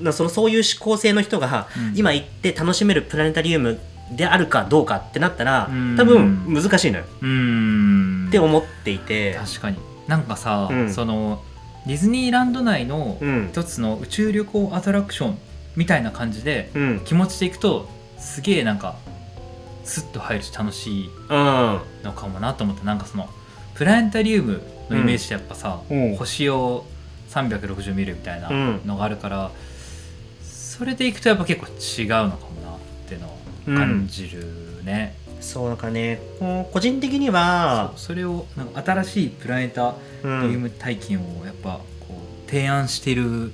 Speaker 1: のそのそういう思考性の人が
Speaker 2: うん
Speaker 1: 今行って楽しめるプラネタリウムであるかどうかってなったら
Speaker 2: うん
Speaker 1: 多分難しいのよ
Speaker 2: うん
Speaker 1: って思っていて
Speaker 2: 確かになんかさ、
Speaker 1: うん
Speaker 2: そのディズニーランド内の
Speaker 1: うん
Speaker 2: 一つの宇宙旅行アトラクションみたいな感じで
Speaker 1: うんうん
Speaker 2: 気持ちでいくとすげえなんかスッと入るし楽しいのかもなと思ってなんかそのプラネタリウムのイメージってやっぱさ、
Speaker 1: うん
Speaker 2: 星を360見るみたいな
Speaker 1: うん
Speaker 2: のがあるから、それでいくとやっぱ結構違うのかもなっていうのを感じるね、
Speaker 1: そうなんかねこう個人的には
Speaker 2: そうそれをなんか新しいプラネタ
Speaker 1: う
Speaker 2: ゲー
Speaker 1: ん
Speaker 2: ム体験をやっぱこう提案してるん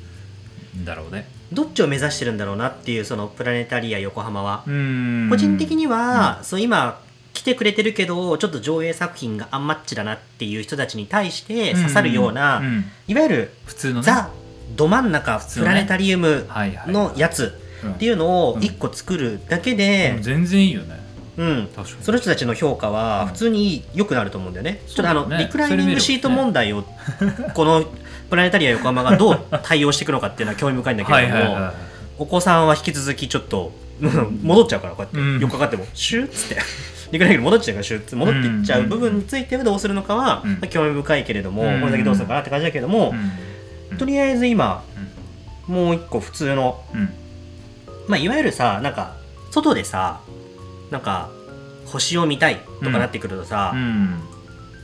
Speaker 2: だろうね。
Speaker 1: どっちを目指してるんだろうなっていうそのプラネタリア横浜は個
Speaker 2: 個
Speaker 1: 人的にはそう今来てくれてるけどちょっと上映作品がアンマッチだなっていう人たちに対して刺さるような、いわゆる
Speaker 2: 普通のね
Speaker 1: ザ・ど真ん中、プ
Speaker 2: 通のね
Speaker 1: ラネタリウム
Speaker 2: はいはい
Speaker 1: のやつ
Speaker 2: うん
Speaker 1: っていうのを
Speaker 2: うん
Speaker 1: 1個作るだけ
Speaker 2: うん
Speaker 1: で、
Speaker 2: 全然いいよね
Speaker 1: うん
Speaker 2: 確かに
Speaker 1: その人たちの評価
Speaker 2: う
Speaker 1: は
Speaker 2: ん
Speaker 1: 普通に良くなると思うんだよね。ちょっとあ
Speaker 2: そ
Speaker 1: の、
Speaker 2: うだね
Speaker 1: リクライニングシート問題 を、このプラネタリア横浜がどう対応していくのかっていうのは興味深いんだけ
Speaker 2: は
Speaker 1: れ
Speaker 2: い
Speaker 1: ど
Speaker 2: はい
Speaker 1: も、
Speaker 2: は
Speaker 1: お子さんは引き続きちょっと、 うん戻っちゃうからこうやって、
Speaker 2: うん
Speaker 1: よっかかってもシュッつってリクライニング戻っちゃうからシュッつって戻っていっちゃう部分についてはどうするのかは、
Speaker 2: うん
Speaker 1: まあ興味深いけれども、
Speaker 2: うん
Speaker 1: これだけどうするのかなって感じだけれども
Speaker 2: い、うん
Speaker 1: とりあえず今もう一個普通の
Speaker 2: うんうん
Speaker 1: まあ、いわゆるさなんか外でさなんか星を見たいとかなってくるとさ
Speaker 2: う、ん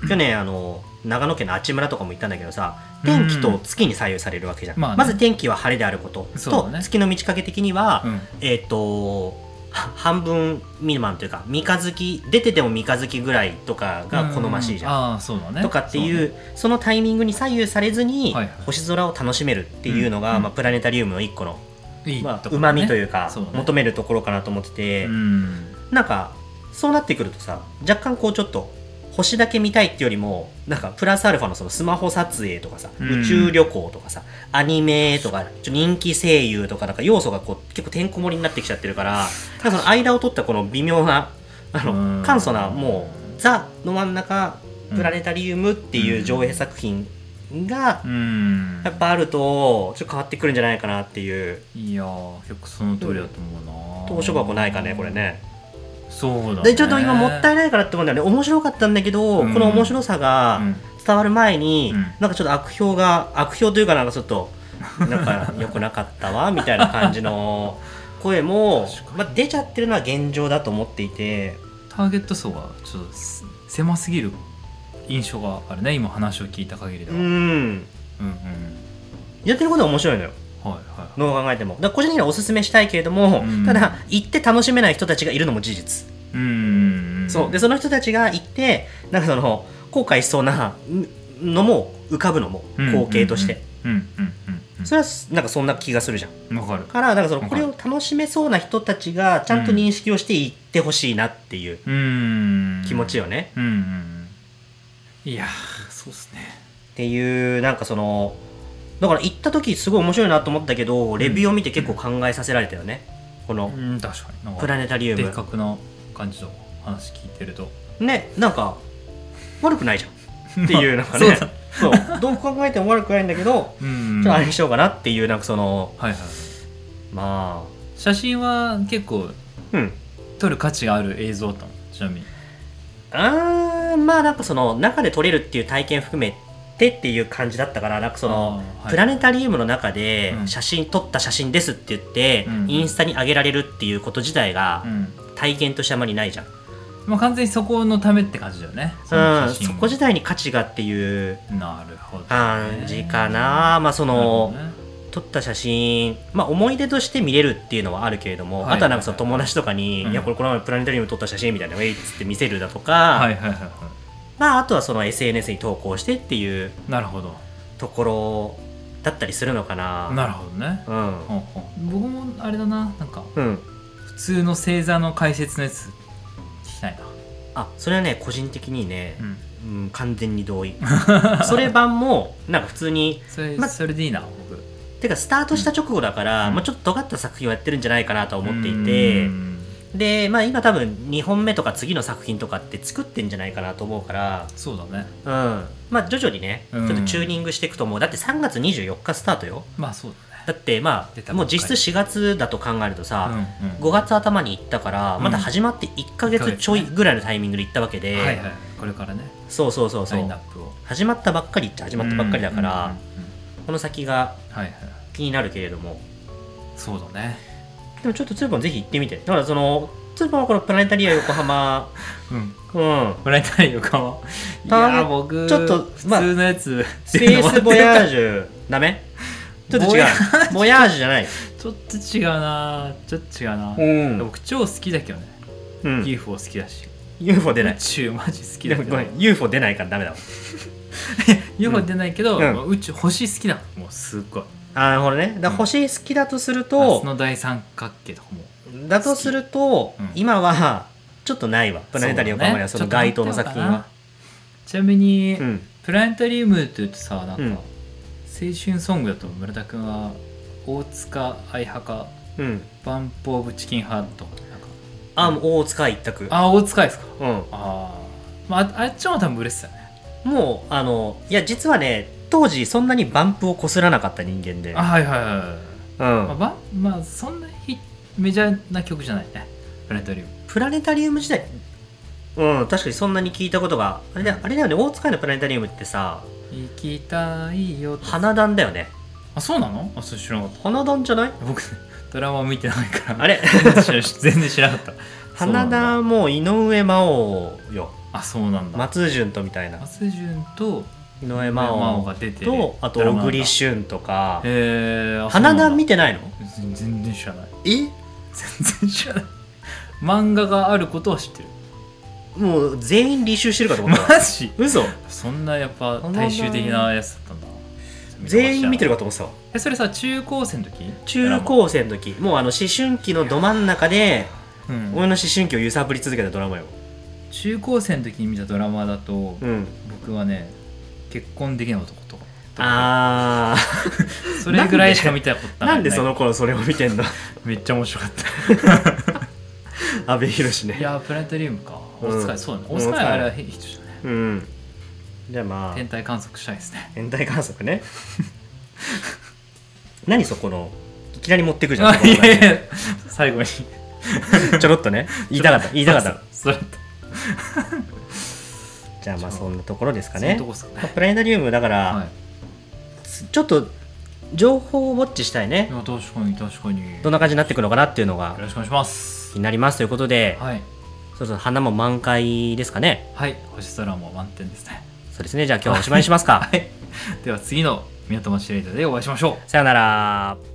Speaker 1: 去年あの長野県の阿智村とかも行ったんだけどさ天気と月に左右されるわけじゃん、
Speaker 2: まあね
Speaker 1: まず天気は晴れであること
Speaker 2: そう
Speaker 1: と、
Speaker 2: だね
Speaker 1: 月の満ち欠け的には、
Speaker 2: うん
Speaker 1: えっ、とは半分未満というか三日月出てても三日月ぐらいとかが好ましいじゃん、
Speaker 2: ああーそうだね
Speaker 1: とかっていう
Speaker 2: そ
Speaker 1: そのタイミングに左右されずに、
Speaker 2: はいはい
Speaker 1: 星空を楽しめるっていうのが、
Speaker 2: うん
Speaker 1: まあ、プラネタリウムの一個の
Speaker 2: うねいい
Speaker 1: まあ
Speaker 2: とこ
Speaker 1: う
Speaker 2: ろだ
Speaker 1: ま
Speaker 2: ね
Speaker 1: みというか
Speaker 2: そうだね
Speaker 1: 求めるところかなと思ってて、
Speaker 2: うん
Speaker 1: なんかそうなってくるとさ若干こうちょっと星だけ見たいってよりもなんかプラスアルファのそのスマホ撮影とかさ、
Speaker 2: うん
Speaker 1: 宇宙旅行とかさアニメとかちょ人気声優とかなんか要素がこう結構てんこ盛りになってきちゃってるからなんかその間を取ったこの微妙なあ
Speaker 2: うん
Speaker 1: の簡素なもうザの真ん中
Speaker 2: うん
Speaker 1: プラネタリウムっていう上映作品が
Speaker 2: うん
Speaker 1: やっぱあるとちょっと変わってくるんじゃないかなっていう
Speaker 2: いやー結構その通りだと思うな
Speaker 1: 投書箱ないかねこれね。
Speaker 2: そうだね
Speaker 1: でちょっと今もったいないからって思うんだよね面白かったんだけど、
Speaker 2: うん
Speaker 1: この面白さが
Speaker 2: うん
Speaker 1: 伝わる前に、
Speaker 2: うん
Speaker 1: なんかちょっと悪評が悪評というかなんかちょっとなんか良くなかったわみたいな感じ の声も
Speaker 2: 確か、に
Speaker 1: まあ、出ちゃってるのは現状だと思っていて
Speaker 2: ターゲット層がちょっとす狭すぎる印象があるね今話を聞いた限りで
Speaker 1: う
Speaker 2: は、うん、
Speaker 1: ん
Speaker 2: うん
Speaker 1: やってることは面白いのよ
Speaker 2: はいはい
Speaker 1: どう考えてもだから個人的にはおすすめしたいけれども、
Speaker 2: うん
Speaker 1: ただ行って楽しめない人たちがいるのも事実
Speaker 2: うん
Speaker 1: そうでその人たちが行ってなんかその後悔しそうなのも浮かぶのも光景として、
Speaker 2: うんうんうんうん
Speaker 1: それはなんかそんな気がするじゃん
Speaker 2: うんわかる
Speaker 1: からなんかその
Speaker 2: はい
Speaker 1: これを楽しめそうな人たちがちゃんと認識をしていってほしいなっていう
Speaker 2: うん
Speaker 1: 気持ちよね、
Speaker 2: うんうんうんいやーそうっすね
Speaker 1: っていうなんかそのだから行った時すごい面白いなと思ったけどレビューを見て結構考えさせられたよねこの
Speaker 2: うん確かになんか
Speaker 1: プラネタリウ
Speaker 2: 的
Speaker 1: ム
Speaker 2: 確な感じの話聞いてると
Speaker 1: ねなんか悪くないじゃんっていうなんか
Speaker 2: まあ
Speaker 1: ね
Speaker 2: そうだ
Speaker 1: そうどう考えても悪くないんだけど
Speaker 2: うん
Speaker 1: ちょっとあれにしようかなっていうなんかその
Speaker 2: はいはい
Speaker 1: ま
Speaker 2: 写真は結構
Speaker 1: あうん
Speaker 2: 撮る価値がある映像だったのちなみに
Speaker 1: あーまあなんかその中で撮れるっていう体験含めてっていう感じだったからなんかその
Speaker 2: あーはい
Speaker 1: プラネタリウムの中で
Speaker 2: うん
Speaker 1: 写真撮った写真ですって言って、
Speaker 2: うん
Speaker 1: インスタに上げられるっていうこと自体が
Speaker 2: うん
Speaker 1: 体験としてあまりないじゃん、う
Speaker 2: まあ、完全にそこのためって感じだよねその
Speaker 1: ん
Speaker 2: 写真
Speaker 1: そこ自体に価値がっていう
Speaker 2: なるほどね、
Speaker 1: 感じかな、まあそ
Speaker 2: なるほ
Speaker 1: の、
Speaker 2: どね
Speaker 1: 撮った写真、まあ、思い出として見れるっていうのはあるけれども、
Speaker 2: はい
Speaker 1: あとはなんかその友達とかに「
Speaker 2: うん
Speaker 1: いやこれこの前プラネタリウム撮った写真」みたいな「ウェイ」っつって見せるだとか、
Speaker 2: はいはいはいは
Speaker 1: まあ、あとはその SNS に投稿してっていう
Speaker 2: いなるほど
Speaker 1: ところだったりするのかな。
Speaker 2: なるほどね
Speaker 1: うん
Speaker 2: ほんほん僕もあれだななんか
Speaker 1: うん、
Speaker 2: 普通の星座の解説のやつ聞きたいな
Speaker 1: あそれはね個人的にね
Speaker 2: う、ん
Speaker 1: うん完全に 同意それ版もなんか普通に
Speaker 2: それ,、
Speaker 1: ま
Speaker 2: それでいいな僕
Speaker 1: てかスタートした直後だから、
Speaker 2: うん
Speaker 1: まあ、ちょっと尖った作品をやってるんじゃないかなとは思っていて
Speaker 2: うん
Speaker 1: で、まあ、今多分2本目とか次の作品とかって作ってんじゃないかなと思うから、
Speaker 2: そうだね
Speaker 1: うんまあ、徐々にねち
Speaker 2: うん
Speaker 1: ょっとチューニングしていくと思うだって3月24日スタートよ
Speaker 2: まあそう
Speaker 1: だ
Speaker 2: だ
Speaker 1: ってま
Speaker 2: 出た
Speaker 1: あ
Speaker 2: ばっか
Speaker 1: も
Speaker 2: り
Speaker 1: う実質4月だと考えるとさ、
Speaker 2: ねうん
Speaker 1: 5
Speaker 2: うん
Speaker 1: 月頭に行ったから、
Speaker 2: うん
Speaker 1: まだ始まって1ヶ月ちょいぐらいのタイミングで行ったわけで、
Speaker 2: はいはいこれからね
Speaker 1: そうそうそうそ
Speaker 2: ラインナ
Speaker 1: う
Speaker 2: ップを
Speaker 1: 始まったばっかりっちゃ始まったばっかりだから、
Speaker 2: うんうんうん
Speaker 1: この先が
Speaker 2: うんはいはい
Speaker 1: 気になるけれども
Speaker 2: そうだね
Speaker 1: でもちょっとツーボンぜひ行ってみてだからそのツーボンはこのプラネタリア横浜
Speaker 2: うん
Speaker 1: うん
Speaker 2: もらいたいよかもい
Speaker 1: た
Speaker 2: やー僕
Speaker 1: ちょっと
Speaker 2: 普通のやつ
Speaker 1: スペースボヤージュダメちょっと
Speaker 2: ボ
Speaker 1: 違う
Speaker 2: ヤー
Speaker 1: ボヤージュじゃない
Speaker 2: ちょっと違うなちょっと違うな、
Speaker 1: ん、
Speaker 2: 僕超好きだけどね、
Speaker 1: うん
Speaker 2: UFO 好きだし
Speaker 1: UFO 出ない
Speaker 2: 宇宙マジ好き
Speaker 1: で
Speaker 2: だ
Speaker 1: も
Speaker 2: け
Speaker 1: ご
Speaker 2: ど
Speaker 1: めん UFO 出ないからダメだわ
Speaker 2: UFO 出ないけど、
Speaker 1: うん
Speaker 2: 宇宙星好きだもうすっごい
Speaker 1: あーなるほどねだから星好きだとすると
Speaker 2: その大三角形とかも
Speaker 1: だとすると、
Speaker 2: うん
Speaker 1: 今はちょっとないわプラネタリウム横浜には
Speaker 2: そ
Speaker 1: そう
Speaker 2: だ
Speaker 1: の
Speaker 2: ね
Speaker 1: 該当の作品は、
Speaker 2: ちょっと待ってようかなちなみに、
Speaker 1: うん
Speaker 2: プラネタリウムって言うとさなんか、
Speaker 1: うん
Speaker 2: 星春ソングだと村田君は大塚愛派か
Speaker 1: うん
Speaker 2: バンプ・オブ・チキン派とかなんか
Speaker 1: あもう大塚一択
Speaker 2: あ大塚愛ですか
Speaker 1: うん
Speaker 2: あー、まあ、ああっちも多分嬉しさね
Speaker 1: もうあのいや実はね当時そんなにバンプをこすらなかった人間で
Speaker 2: あはいはいはい、
Speaker 1: う
Speaker 2: はい
Speaker 1: ん
Speaker 2: まあば、まあそんなヒメジャーな曲じゃないねプラネタリウム
Speaker 1: プラネタリウム自体うん確かにそんなに聞いたことがあれだあれだよね大塚愛のプラネタリウムってさ
Speaker 2: 行きたいよと
Speaker 1: 花壇だよね
Speaker 2: あそうなのあそれ知らなかっ
Speaker 1: 花壇じゃない
Speaker 2: た僕 ドラマ見てないから
Speaker 1: あれ
Speaker 2: 全然 知らなかったそうな
Speaker 1: 花
Speaker 2: んだ
Speaker 1: 壇もう井上真央よ
Speaker 2: あそうなんだ
Speaker 1: 松潤とみたいな
Speaker 2: 松潤と
Speaker 1: 井上真
Speaker 2: 真
Speaker 1: 央
Speaker 2: 央が出てる
Speaker 1: とあと
Speaker 2: ドラマな
Speaker 1: 小
Speaker 2: んだ
Speaker 1: 栗旬とか
Speaker 2: えー、あ
Speaker 1: 花
Speaker 2: そうな
Speaker 1: 壇
Speaker 2: んだ
Speaker 1: 見てないの
Speaker 2: 全全然知らない
Speaker 1: え
Speaker 2: 全然知らない漫画があることは知ってる
Speaker 1: もう全員履修してるかと思
Speaker 2: マ
Speaker 1: った
Speaker 2: ジ
Speaker 1: 嘘
Speaker 2: そんなやっぱ大衆的なやつだったんだ
Speaker 1: 全員見てる
Speaker 2: か
Speaker 1: かと思ってたわ
Speaker 2: えそれさ中高生の時
Speaker 1: 中高生の時もうあの思春期のど真ん中で
Speaker 2: ドラマうん
Speaker 1: 俺の思春期を揺さぶり続けたドラマよ
Speaker 2: 中高生の時に見たドラマだと、
Speaker 1: うん
Speaker 2: 僕はね結婚できない男とか
Speaker 1: あー
Speaker 2: それぐらいしか見たことない
Speaker 1: なんでその頃それを見て んの
Speaker 2: めっちゃ面白かっ
Speaker 1: 阿部寛
Speaker 2: た
Speaker 1: ね
Speaker 2: いやープラネタリウムか
Speaker 1: うん
Speaker 2: 大塚愛そうだね
Speaker 1: うん
Speaker 2: 大塚愛あれはヒットしたね
Speaker 1: うんじゃあま
Speaker 2: 天
Speaker 1: あ
Speaker 2: 体観測したいですね
Speaker 1: 天体観測ね 何そこのいきなり持ってくじゃん
Speaker 2: あいやいや最後に
Speaker 1: ちょろっとね言いたかった言いたかった
Speaker 2: それと
Speaker 1: じゃあまあそんなところですか
Speaker 2: その
Speaker 1: ね
Speaker 2: とこっすか
Speaker 1: まあ
Speaker 2: ね
Speaker 1: プラネタリウムだから、
Speaker 2: はい
Speaker 1: ちょっと情報をウォッチしたいね
Speaker 2: いや確かに確かに
Speaker 1: どん
Speaker 2: よ
Speaker 1: な感じになってくるのかなっていうのが
Speaker 2: ろしくお願いします
Speaker 1: 気になりますということで、
Speaker 2: はい
Speaker 1: そろそろ花も満開ですかね
Speaker 2: はい星空も満点ですね
Speaker 1: そうですねじゃあ今日はおしまいにしますか、
Speaker 2: はいでは次の港町レイドでお会いしましょう
Speaker 1: さよなら